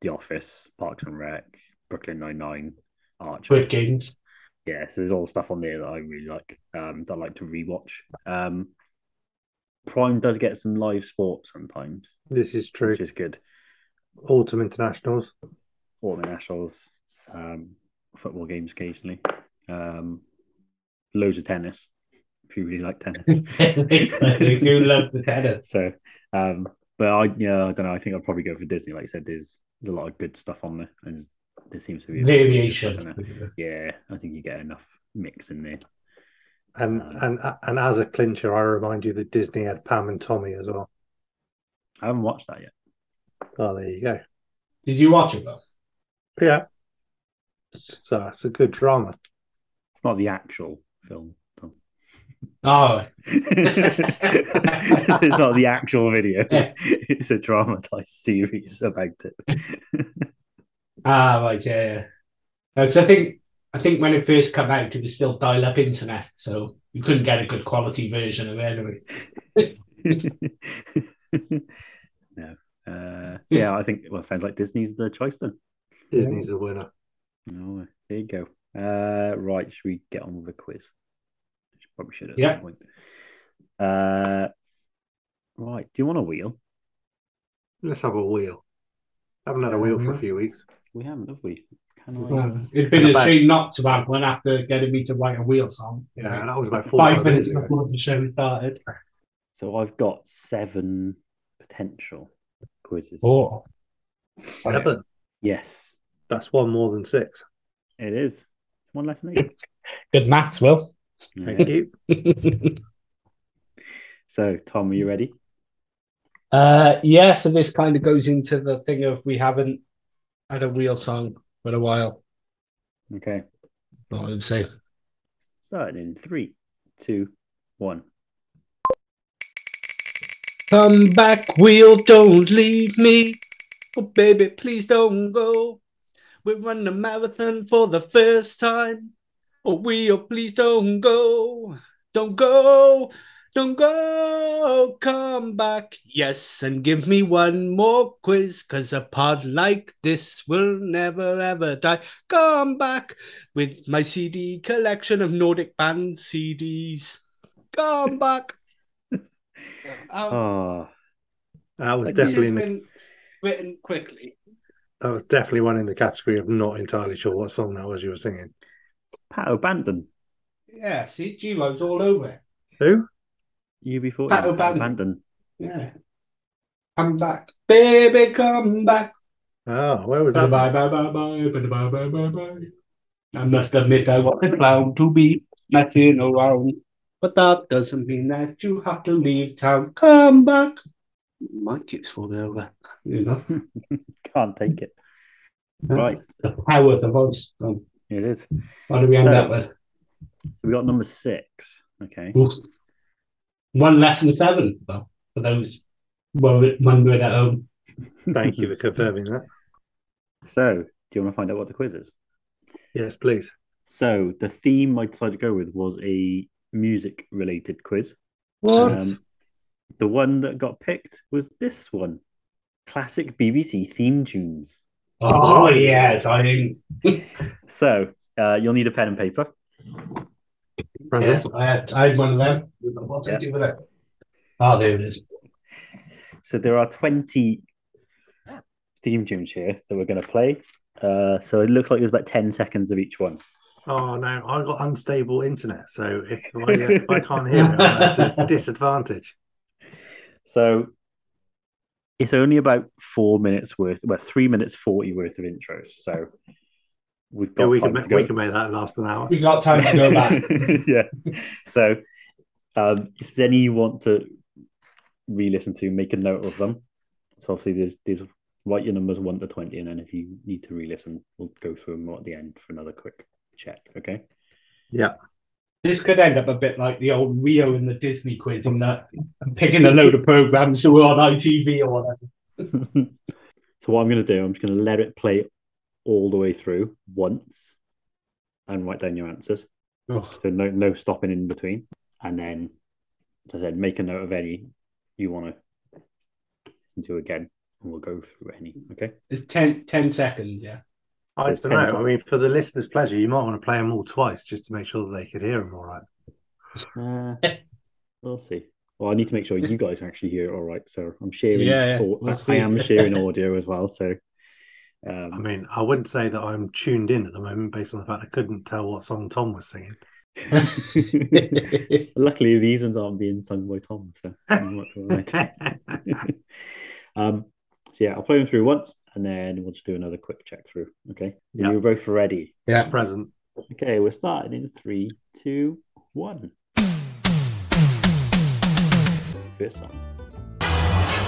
The Office, Parks and Rec, Brooklyn Nine Nine, Archer.
Good games.
Yeah, so there's all stuff on there that I really like. Um, that I like to rewatch. Um, Prime does get some live sport sometimes,
This is true.
which is good.
Autumn internationals.
All the nationals, um, football games occasionally, um, loads of tennis. If you really like tennis.
they do love the tennis.
So, um, but I, yeah, I don't know. I think I'll probably go for Disney. Like I said, there's there's a lot of good stuff on there, and there's- there seems to be I don't know.
Variation.
Yeah, I think you get enough mix in there.
And
Um,
and and as a clincher, I remind you that Disney had Pam and Tommy as well.
I haven't watched that yet.
Oh, there you go.
Did you watch it though?
Yeah. So it's a good drama.
It's not the actual film. Tom.
Oh,
it's not the actual video.
Yeah.
It's a dramatized series about it.
ah, right, yeah, yeah. Because I think I think when it first came out, it was still dial-up internet, so you couldn't get a good quality version of it anyway.
no. Uh, yeah, I think. Well, sounds like Disney's the choice then.
Disney's the winner.
Oh, there you go. Uh, right, should we get on with the quiz? Probably should at
Yeah.
some point. Uh, right, do you want a wheel?
Let's have a wheel. Haven't had a wheel for a few weeks.
We haven't, have we? Can I?
Well, It'd been a
About-
shame not to have one after getting me to write a wheel song. You
Yeah,
know,
that was about four
five minutes
ago.
before the show started.
So I've got seven potential quizzes.
Oh,
Seven.
Yes,
That's one more than six.
it is. It's one less than eight.
good maths, Will.
Thank
Yeah.
you.
So, Tom, are you ready?
Uh, yeah, so this kind of goes into the thing of we haven't had a wheel song for a while.
Okay.
Not would say.
Starting in three, two, one.
Come back, wheel, don't leave me. Oh, baby, please don't go. We run the marathon for the first time. Oh, wheel, please don't go. Don't go. Don't go. Come back. Yes, and give me one more quiz, because a pod like this will never ever die. Come back with my CD collection of Nordic band CDs. Come back. Um,
Ah,
That was
Like
this
definitely
has
in the,
been written quickly.
that was definitely one in the category of not entirely sure what song that was you were singing.
Pat O'Banton.
Yeah, see, Giro's all over it.
Who?
UB40.
Pat O'Bannon.
O'Banton.
Yeah. Come back, baby, come back.
Oh, where was
Bye,
that?
bye, bye, bye, bye, bye, bye, bye, bye, bye. I must admit I was a clown to be messing around, but that doesn't mean that you have to leave town. Come back. My kids fall over. You know,
Can't take it. Right,
the power of the voice. Um,
it is.
What do we end
So-
up with?
So we got number six. Okay.
Oof. One less than seven, though, for those wor- wondering at home.
Thank you for confirming that.
So, do you want to find out what the quiz is?
Yes, please.
So, the theme I decided to go with was a music related quiz.
What?
Um, the one that got picked was this one classic BBC theme tunes.
Oh yes, I think
So uh, you'll need a pen and paper.
Present.
I had I had one of them. What do I do with it? Oh, there it is.
So there are 20 theme tunes here that we're going to play. Uh, so it looks like there's about 10 seconds of each one.
Oh no, I've got unstable internet, so if I, if I can't hear it, I'm at a disadvantage.
So it's only about four minutes worth, well, three minutes 40 worth of intros. So we've got
Yeah, we
time
can
to
make,
go.
we can make that last an hour.
We got time to go back.
yeah. So um, if there's any you want to re-listen to, make a note of them. So obviously there's there's write your numbers one to twenty, and then if you need to re-listen, we'll go through them at the end for another quick check. Okay.
This could end up a bit like the old Rio in the Disney quiz on that I'm picking a load of programs who are on ITV or whatever.
so what I'm going to do, I'm just going to let it play all the way through once, and write down your answers. So no no stopping in between, and then, as I said, make a note of any you want to listen to again, and we'll go through any. Okay.
It's 10, 10 seconds, yeah.
I
it's
don't know. I
pencil.
mean, for the listeners' pleasure, you might want to play them all twice just to make sure that they could hear them all right.
Uh, we'll see. Well, I need to make sure you guys actually hear it all right. So I'm sharing.
Yeah, yeah,
au-
we'll
I- I
see.
am sharing audio as well. So, um,
I mean, I wouldn't say that I'm tuned in at the moment based on the fact I couldn't tell what song Tom was singing.
luckily these ones aren't being sung by Tom. So I'm not right. um, so yeah, I'll play them through once, and then we'll just do another quick check through. Okay.
Yeah.
You're both ready.
yeah.
Present.
Okay, we're starting in three, two, one. First song.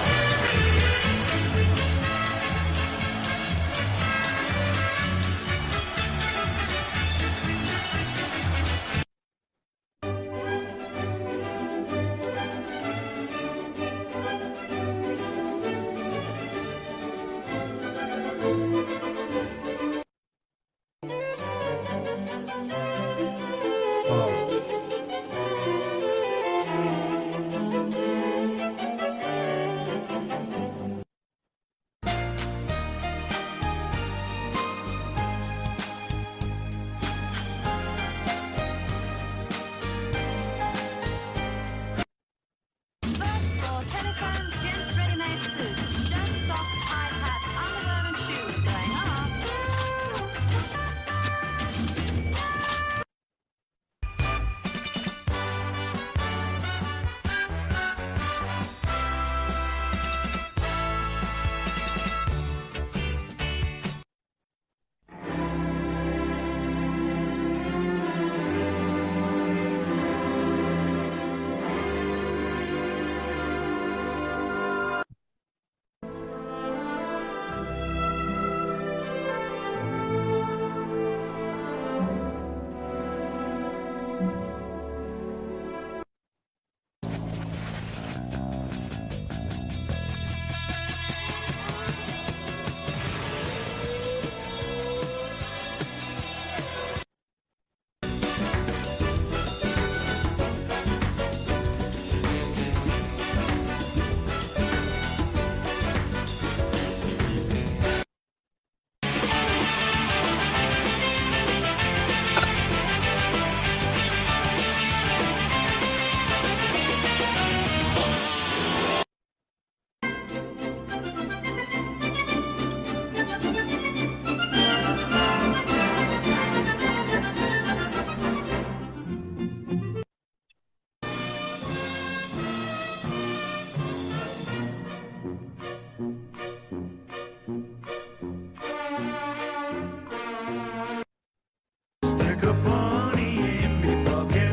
Stick a bunny in me pocket.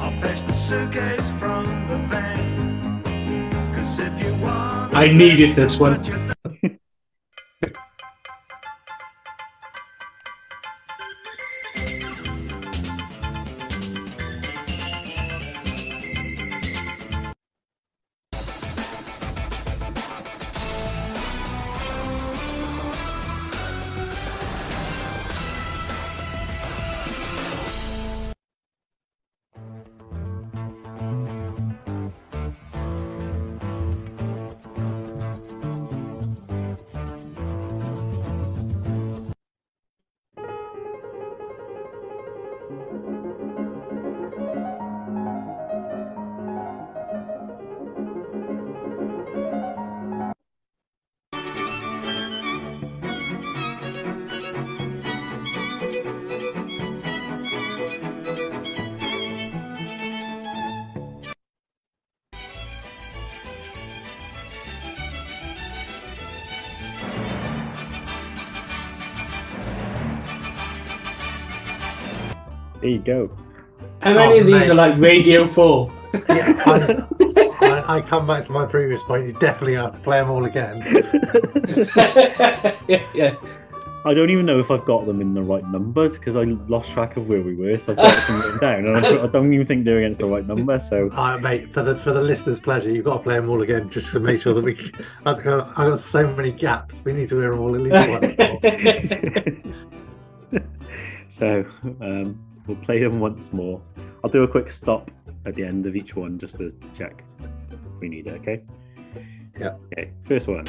I'll fetch the suitcase from the bank. 'Cause if you want,
I needed this one.
There you go.
How many
Oh,
of these
mate.
are like Radio 4?
Yeah, I, I, I come back to my previous point. You definitely have to play them all again.
yeah, yeah.
I don't even know if I've got them in the right numbers because I lost track of where we were, so I've got them written down, and I I don't even think they're against the right number. So
Uh, mate, for the for the listeners' pleasure, you've got to play them all again just to make sure that we. I've got, I've got so many gaps. We need to hear them all at least once. more.
so um, we'll play them once more. I'll do a quick stop at the end of each one just to check if we need it, okay?
Yeah.
Okay, first one.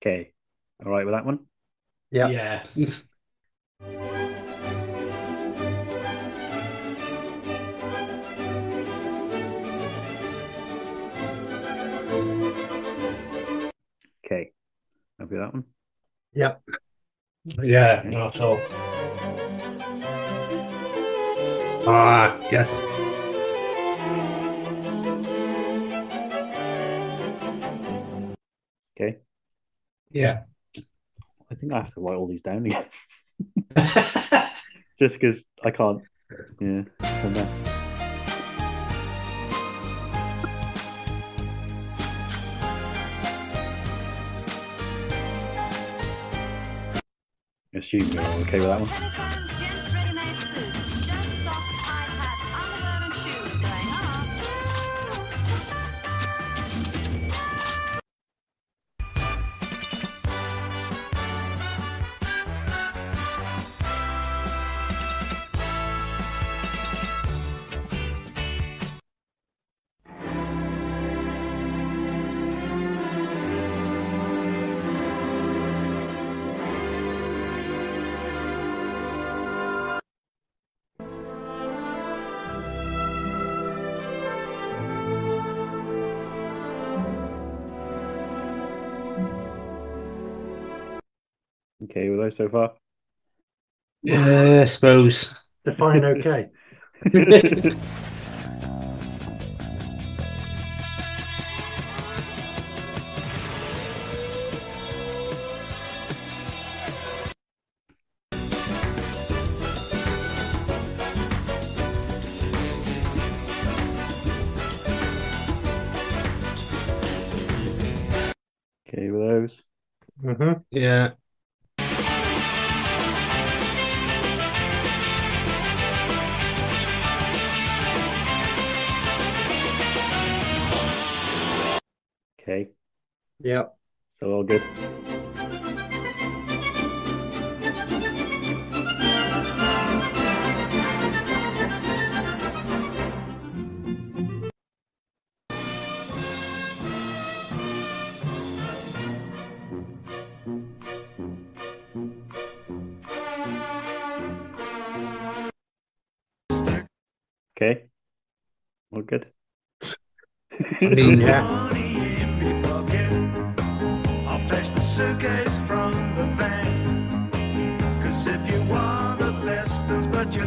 Okay, all right with that one?
Yeah.
yeah.
Okay, happy with that one?
Yep.
Yeah, not at all. Ah, yes.
Okay,
Yeah.
I think I have to write all these down again. just because I can't. Yeah, it's a mess. Assume you're all okay with that one. Okay with those so far.
yeah, I suppose.
Define okay.
okay with those. Mm-hmm.
hmm
Yeah.
Okay,
Yep.
so all good. Okay, all good.
Yeah.
Money in me pocket. I'll fetch the suitcase from the bank. Cause if you want the best, that's what you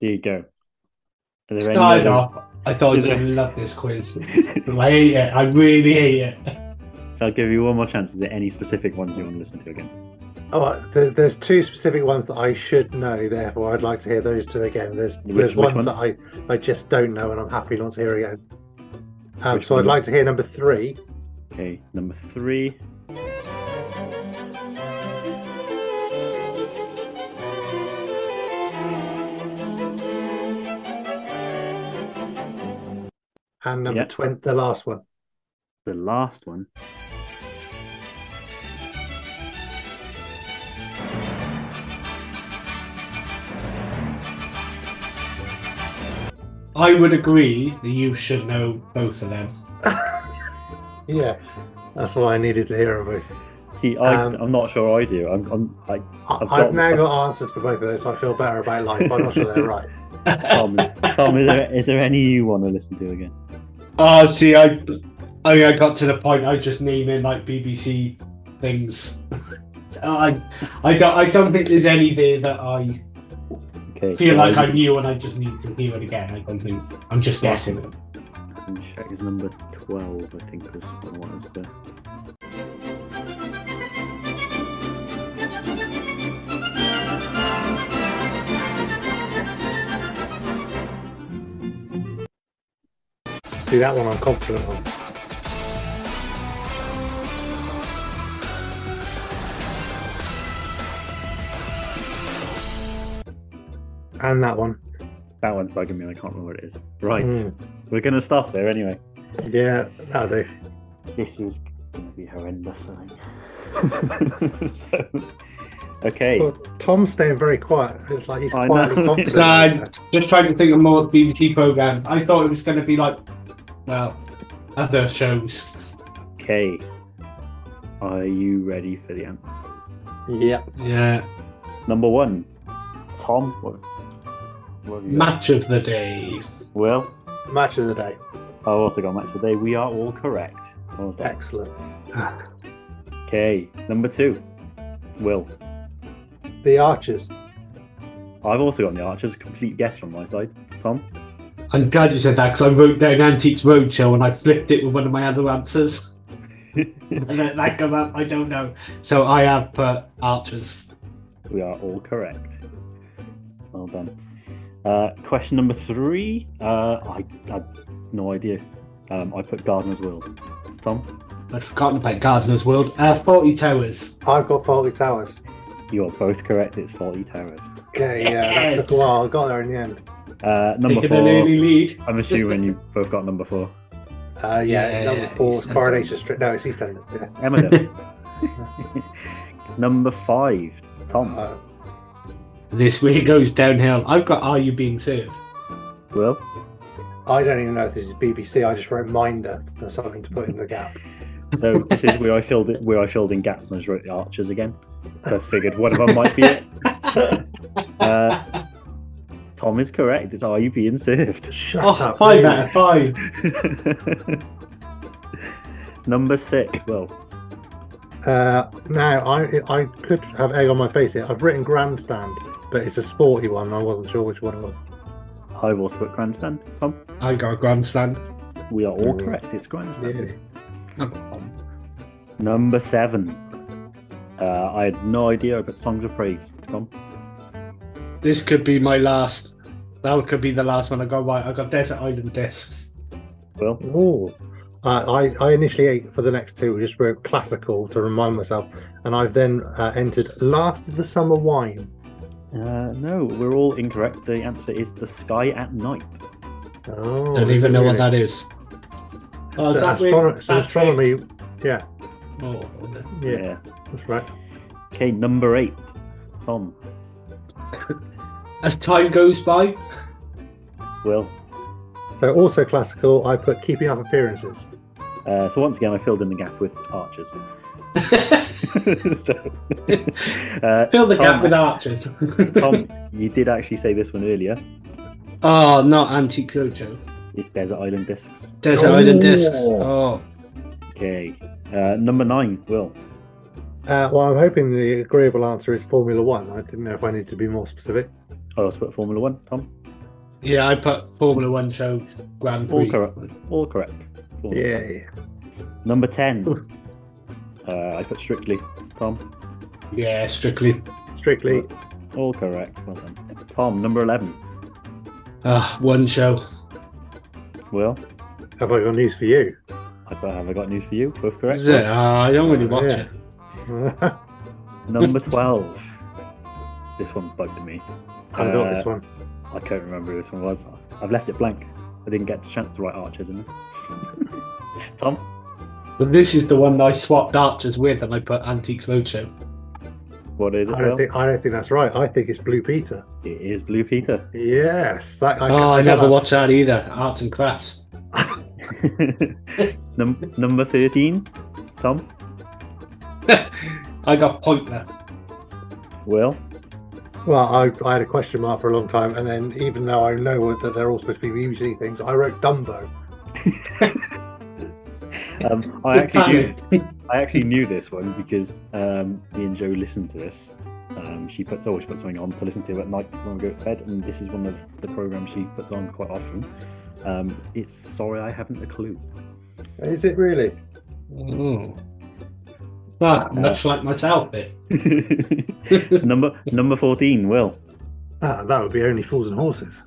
There you go. Are there any
Started
others?
off. I thought
Is
you'd
it-
love this quiz. I hate it. I really hate it.
So I'll give you one more chance. Is there any specific ones you want to listen to again?
Oh, uh, there, there's two specific ones that I should know. Therefore, I'd like to hear those two again. There's
Which-
there's
which
ones, that I I just don't know, and I'm happy not to hear again. Um,
Which
so
one?
I'd like to hear number three.
Okay, number three.
And number
Yeah.
20, the last one.
The last one.
I would agree that you should know both of them.
Yeah, that's what I needed to hear. About.
See, I,
Um,
I'm not sure I do. I'm, I'm I,
I, I've,
I've got-
now got answers for both of those, so I feel better about life. but I'm not sure they're right.
Tom, Tom is, there, is there any you want to listen to again?
Oh, see, I, I mean, I got to the point. I just name in like BBC things. I, I don't, I don't think there's any there that I
Okay.
feel
so
like
I
I knew, and I just need to hear it again. I don't think I'm just guessing.
Shack is number 12, I think, was the one that was there.
See that one? I'm confident on. And that one.
That one's bugging me. I can't remember what it is. Right.
Mm,
We're going to stop there anyway.
yeah, that'll do.
This is going to be horrendous, I think. so, okay.
Well, Tom's staying very quiet. It's like he's
I
quietly
know.
confident.
No, just trying to think of more BBC program. I thought it was going to be like, well, other shows.
Okay. Are you ready for the answers?
Yep.
Yeah,
Number one, Tom. What, what have you got?
match of the day.
Well,
Match of the day.
I've also got match of the day. We are all correct. Well done.
Excellent.
Okay. Number two, Will.
The Archers.
I've also got the Archers. Complete guess from my side. Tom.
I'm glad you said that because I wrote down Antiques Roadshow and I flipped it with one of my other answers. and then that come up, I don't know. So I have put archers.
We are all correct. Well done. Uh, question number three. Uh, I had no idea. Um, I put Gardener's Will. Tom,
I'd forgotten about Gardener's World. Uh, 40 Towers.
I've got Faulty Towers.
you are both correct. It's Faulty Towers.
Okay, yeah, that took a while. I got there in the end.
Uh, number
Taking an
four.
early lead.
I'm assuming you both got number four.
Uh, yeah,
Yeah,
number
yeah,
four is
Eastenders.
Coronation Street. No, it's EastEnders. Yeah.
Eminem. number five. Tom,
Uh,
This week goes downhill. I've got Are You Being Served?
Will.
I don't even know if this is BBC. I just wrote Minder for something to put in the gap.
So this is where I filled it. Where I filled in gaps and I just wrote the Archers again. So I figured one of them might be it. Uh, Tom is correct. It's Are You Being Served?
Shut
Oh,
up.
five
you.
out of five.
Number six, well,
Uh, now, I I could have egg on my face here. I've written Grandstand, but it's a sporty one. and I wasn't sure which one it was.
I've also put grandstand. Tom,
I got Grandstand.
we are all
Mm.
correct. It's grandstand.
Yeah.
Number seven, uh, I had no idea. I put songs of praise. Tom,
This could be my last. That could be the last one I got right. I got Desert Island Discs.
Will,
Oh. Uh, I, I initially, for the next two, just wrote classical to remind myself, and I've then uh, entered Last of the Summer Wine.
uh, no, we're all incorrect. The answer is the sky at night.
Oh,
don't even know what that is.
So
Oh, is that with-
astro- so
that's with-
astronomy. Yeah,
Oh,
yeah, that's right.
Okay, number eight, Tom,
As time goes by,
Will.
So also classical. I put keeping up appearances.
Uh, so once again, I filled in the gap with archers. so, uh,
fill the gap
Tom-
with archers.
Tom, you did actually say this one earlier.
Oh, not antique Kyoto.
It's Desert Island Discs.
Desert
Oh.
Island Discs. Oh,
Okay. Uh, number nine, Will.
Uh, well, I'm hoping the agreeable answer is Formula One. I didn't know if I need to be more specific.
Oh, it's put Formula One, Tom.
yeah, I put Formula One show Grand
All
Prix.
correct. All correct. Formula.
Yeah.
Number 10. Uh, I put strictly, Tom.
Yeah, strictly.
Strictly.
All correct. Well done. Tom, number 11.
Ah, one show.
Will,
Have I got news for you?
I don't have I got news for you. Both correct.
Is it? Ah, I don't
Oh,
really watch
Yeah.
it.
I've
Number 12. this one bugged me.
got
Uh,
this one.
I can't remember who this one was. I've left it blank. I didn't get a chance to write Archers in there. Tom?
But this is the one that I swapped archers with and I put Antiques Roadshow.
What is it,
I don't
Will?
think I don't think that's right. I think it's Blue Peter.
It is Blue Peter.
Yes. That, I,
oh, I,
I
never
got
watched that either. Arts and Crafts.
Num- number 13. Tom?
I got pointless.
Will?
that. Well, I, I had a question mark for a long time, and then even though I know that they're all supposed to be BBC things, I wrote Dumbo.
Um, I
Good
actually knew this. I actually knew this one because um, me and Joe listened to this. Um, she puts oh she puts something on to listen to at night when we go to bed, and this is one of the programs she puts on quite often. Um, it's sorry I haven't a clue.
Is it really?
Mm. Ah, much like myself, it.
number number fourteen. Will
Ah, that would be only fools and horses.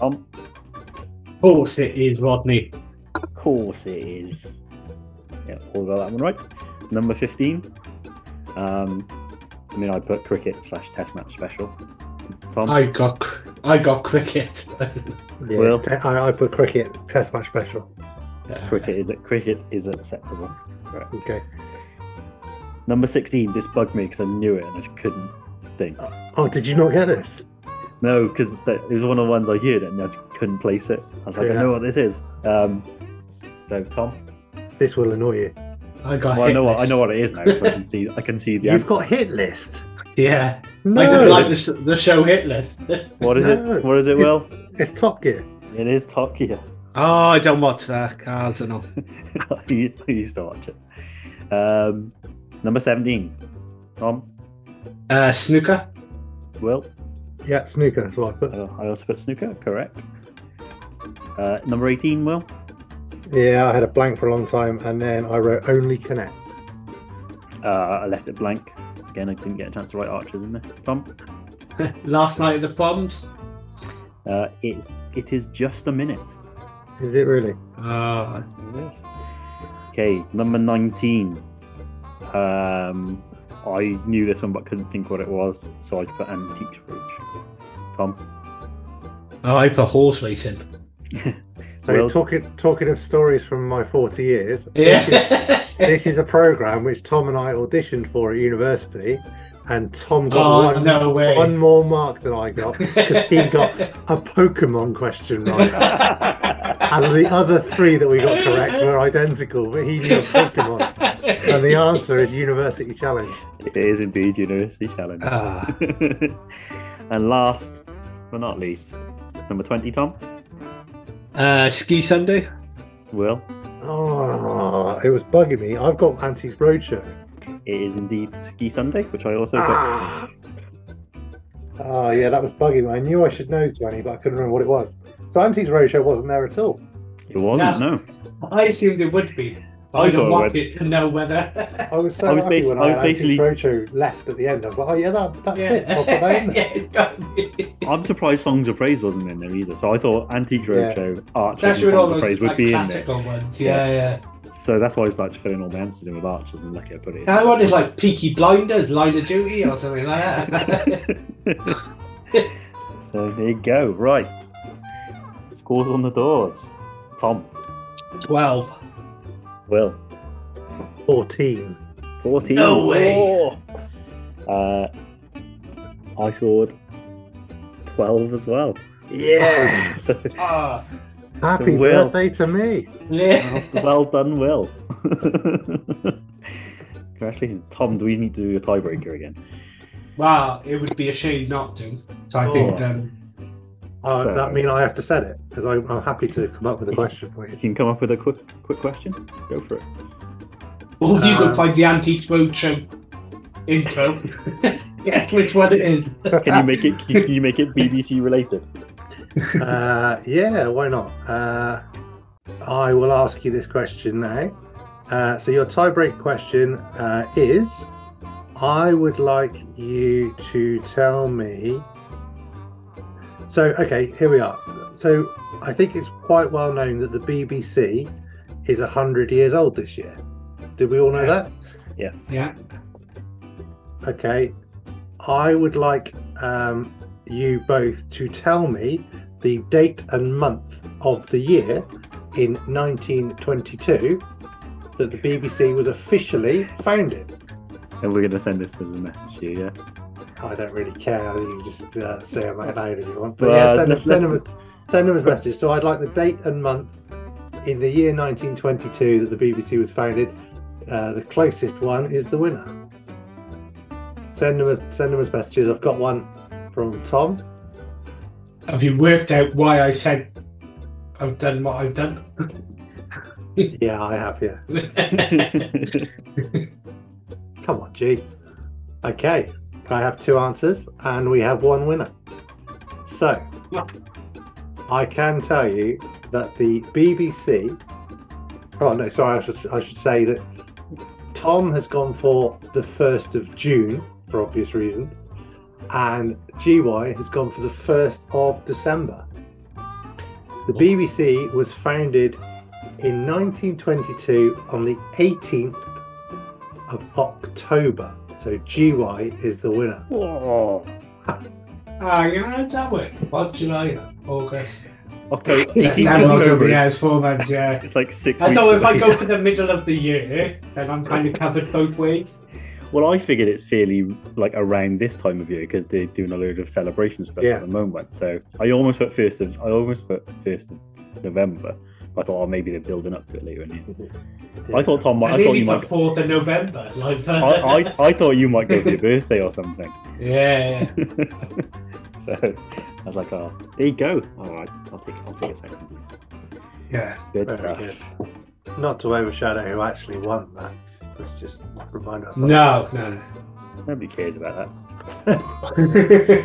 um,
Of course it is, Rodney.
of course it is. Yeah, all got that one right. Number fifteen. Um, I mean, I put cricket slash test match special. Tom,
I got, cr- I got cricket.
Yes,
Well-
te- I, I put cricket test match special.
cricket is cricket is acceptable. Correct.
Okay.
Number 16, this bugged me because I knew it and I couldn't think.
Oh, did you not get this?
No, because it was one of the ones I heard and I just couldn't place it. I was like, I
Yeah.
know what this is. Um, so, Tom,
This will annoy you.
I got.
well, I know what I
hitless.
know what it is now. 'cause I can see I can see the
You've
answer.
got hit list.
Yeah,
No,
I didn't like the, sh- the show hit list.
What is
No.
it? What is it? Will?
it's Top Gear.
it is Top Gear.
oh, I don't watch that. Cars and all.
I used to watch it. Um, number 17, Tom,
Uh, snooker.
Will.
Yeah, snooker. That's what I put.
I I also put snooker. Correct. Uh, number 18, Will.
Yeah, I had a blank for a long time, and then I wrote only connect.
Uh, I left it blank. Again, I didn't get a chance to write archers in there. Tom.
Last night of the proms.
Uh, it's it is just a minute.
Is it really?
Uh,
It is. Okay, number nineteen. Um, I knew this one but couldn't think what it was, so I put antiques roach. Tom,
oh, I put horse racing.
So
Well-
talking talking of stories from my forty years, this,
Yeah.
is, this is a program which Tom and I auditioned for at university, and Tom got
Oh,
one
no way.
one more mark than I got because he got a Pokemon question right, and the other three that we got correct were identical, but he knew Pokemon, and the answer is University Challenge.
it is indeed university challenge.
Ah.
Uh. and last but not least, number twenty. Tom,
Uh, Ski Sunday.
Will,
Oh, it was bugging me. I've got Auntie's Roadshow.
it is indeed ski Sunday, which I also got.
Ah. Oh yeah, that was bugging me. I knew I should know Johnny, but I couldn't remember what it was. So Auntie's Roadshow wasn't there at all.
It wasn't
Yeah.
no.
I assumed it would be.
I
I don't
thought it
watch
would.
it Oh, to know whether.
I was so
I was
happy
basi-
when
I
I,
was
had
basically-
Auntie's Roadshow left at the end. I was like, oh yeah, that that fits. I'll put that in there.
yeah, it's got to be.
I'm surprised Songs of Praise wasn't in there either. So I thought Antiques
Yeah.
Roadshow, Archer, and
Especially with all
Songs of
those
Praise would
like,
be in there.
classical ones. Yeah, yeah.
So that's why I started filling all my answers in with archers and lucky I put it in.
I wanted like Peaky Blinders, Line of Duty, or something like that.
so there you go. Right. Scores on the doors. Tom,
Twelve.
Will,
Fourteen.
14.
No way.
Oh. Uh, I scored 12 as well.
Yes.
Ah,
happy
Will.
birthday to me.
yeah.
well, well done, Will. Congratulations. Tom, do we need to do a tiebreaker again?
Wow, it would be a shame not to. So I think
Oh.
um,
Oh,
So-
does that mean I have to set it? Because I'm, I'm happy to come up with a question for you.
If you can come up with a quick quick question, go for it.
well, if you can
Um,
find the Antiques Roadshow intro, guess which one it is.
Can you make it can you make it BBC related?
uh, yeah, why not? Uh, I will ask you this question now. Uh, so your tiebreak question uh, is: I would like you to tell me. So, okay, here we are. So, I think it's quite well known that the BBC is 100 years old this year. Did we all know that?
Yes.
Yeah.
Okay. I would like um, you both to tell me the date and month of the year in 1922 that the BBC was officially founded.
And we're going to send this as a message to you, yeah?
I don't really care. I think you just uh, say them out loud if you want. But
Well,
yeah, send,
let's-
send them
let's-
as send them as messages. So I'd like the date and month in the year 1922 that the BBC was founded. Uh, the closest one is the winner. Send them as send them as messages. I've got one from Tom.
Have you worked out why I said I've done what I've done?
Yeah, I have. Yeah, come on, G. Okay, I have two answers and we have one winner. So I can tell you that the BBC. Oh no, sorry. I should I should say that Tom has gone for the first of June for obvious reasons, and GY has gone for the first of December. The BBC was founded in 1922 on the 18th of October. So GY is the winner.
Whoa.
Ah, yeah, how's that work? What, July, August?
October.
Yeah,
18th
now
of
October,
October
yeah,
is-
it's four months, yeah.
It's like six
I
weeks.
know if I
away.
go for the middle of the year, then I'm kind of covered both ways.
Well, I figured it's fairly like around this time of year because they're doing a load of celebration stuff
Yeah.
at the moment. So I almost put first of I almost put first of November. I thought, oh, maybe they're building up to it later in the year. I thought Tom might.
I
I thought you
nearly
might.
put fourth of November. Like,
I, I, I thought you might go for your birthday or something.
yeah.
so I was like, oh, there you go. All right, I'll take I'll take a second.
Yeah.
Good
Very
stuff.
good. Not to overshadow who actually won that. Let's just remind ourselves.
No, no.
Nobody cares about that.
no.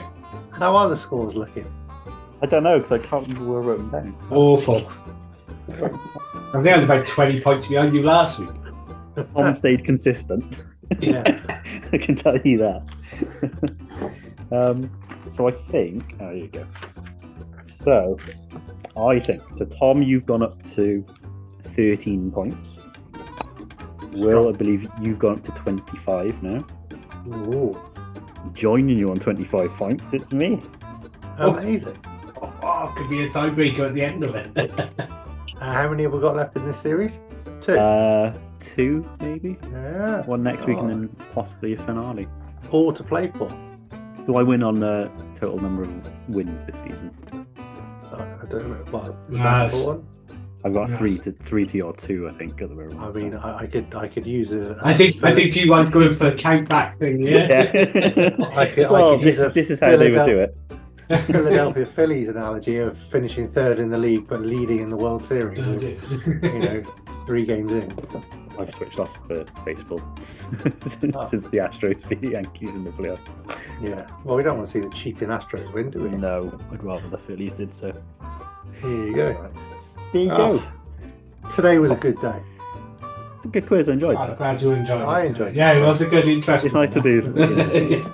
How are the scores looking?
I don't know because I can't remember where I wrote them down.
Awful. I'm down about 20 points behind you last week.
Tom stayed consistent.
Yeah.
I can tell you that. um, so I think. Oh, there you go. So I think. So Tom, you've gone up to 13 points. Will, I believe you've gone up to 25 now.
Ooh.
Joining you on 25 points, it's me.
Amazing.
Oh, oh, could be a tiebreaker at the end of it.
Uh, how many have we got left in this series? Two.
Uh, two, maybe?
yeah.
One next week and
Oh.
then possibly a finale.
All to play for.
Do I win on uh, total number of wins this season?
Uh, I I don't know. Well, is
Nah,
that
it's-
important?
I've got
Yeah.
three to three to your two, I think, at the moment.
I
so-
mean, uh, I, I could, I could use a.
I think I think G1's going for a count back thing, yeah?
I could, I
well,
could use
this,
a
this is how they would
Philadelphia-
do it.
Philadelphia Phillies analogy of finishing third in the league but leading in the World Series.
Don't
with,
do
you know, three games in.
I've switched off for baseball since,
Ah.
since the Astros beat the Yankees in the playoffs.
Yeah. Well, we don't want to see the cheating Astros win, do we?
No, I'd rather the Phillies did so.
Here you go.
There you
Oh.
go.
Today was a good day.
It's a good quiz. I enjoyed
I'm
that.
glad you enjoyed it.
I enjoyed it.
Yeah, it was a good, interesting.
It's nice to do.
do.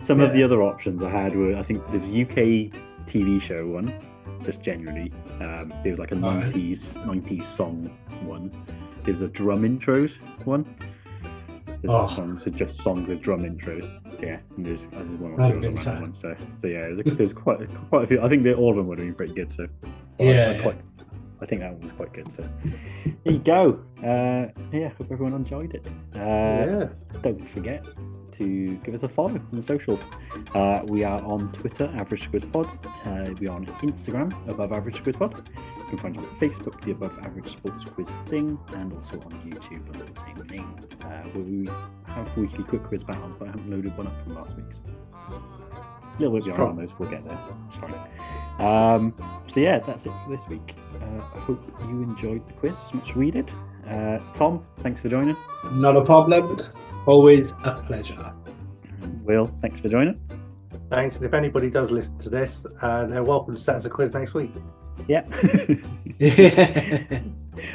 Some of the other options I had were, I think, the UK TV show one, just generally. Um, there was like a
Alright.
90s 90s song one. There was a drum intros one. So
Oh.
just, songs, so just songs with drum intros. Yeah, and there's, and there's one or
That'd
two
be
other
good
random
time.
ones. So, so yeah, there's, there's quite quite a few. I think they, all of them would have been pretty good. So I-
Yeah,
I,
yeah.
quite, I think that one was quite good. So there you go. Uh, yeah, hope everyone enjoyed it. Uh,
yeah.
don't forget to give us a follow on the socials. Uh, we are on Twitter, Average Squids Pod. Uh, we are on Instagram, Above Average Squids Pod. You can find us on Facebook, the Above Average Sports Quiz Thing, and also on YouTube under the same name, uh, where we have weekly quick quiz battles, but I haven't loaded one up from last week's. A little bit behind on those, we'll get there. It's fine. Um, so, yeah, that's it for this week. Uh, I hope you enjoyed the quiz as much as we did. Uh, Tom, thanks for joining.
Not a problem. Always a pleasure.
Will, thanks for joining.
Thanks. And if anybody does listen to this, uh, they're welcome to set us a quiz next week.
Yeah.
Yeah.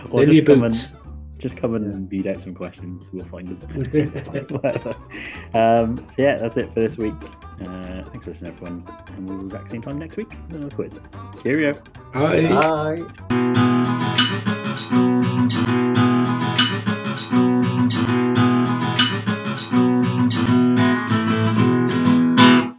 or just
Leave your
come and
boots.
Just come and read out some questions. We'll find them. Whatever. um, so yeah, that's it for this week. Uh, thanks for
Oh,
listening, everyone, and we'll be back same time next week with another quiz. Cheerio.
Aye.
Bye.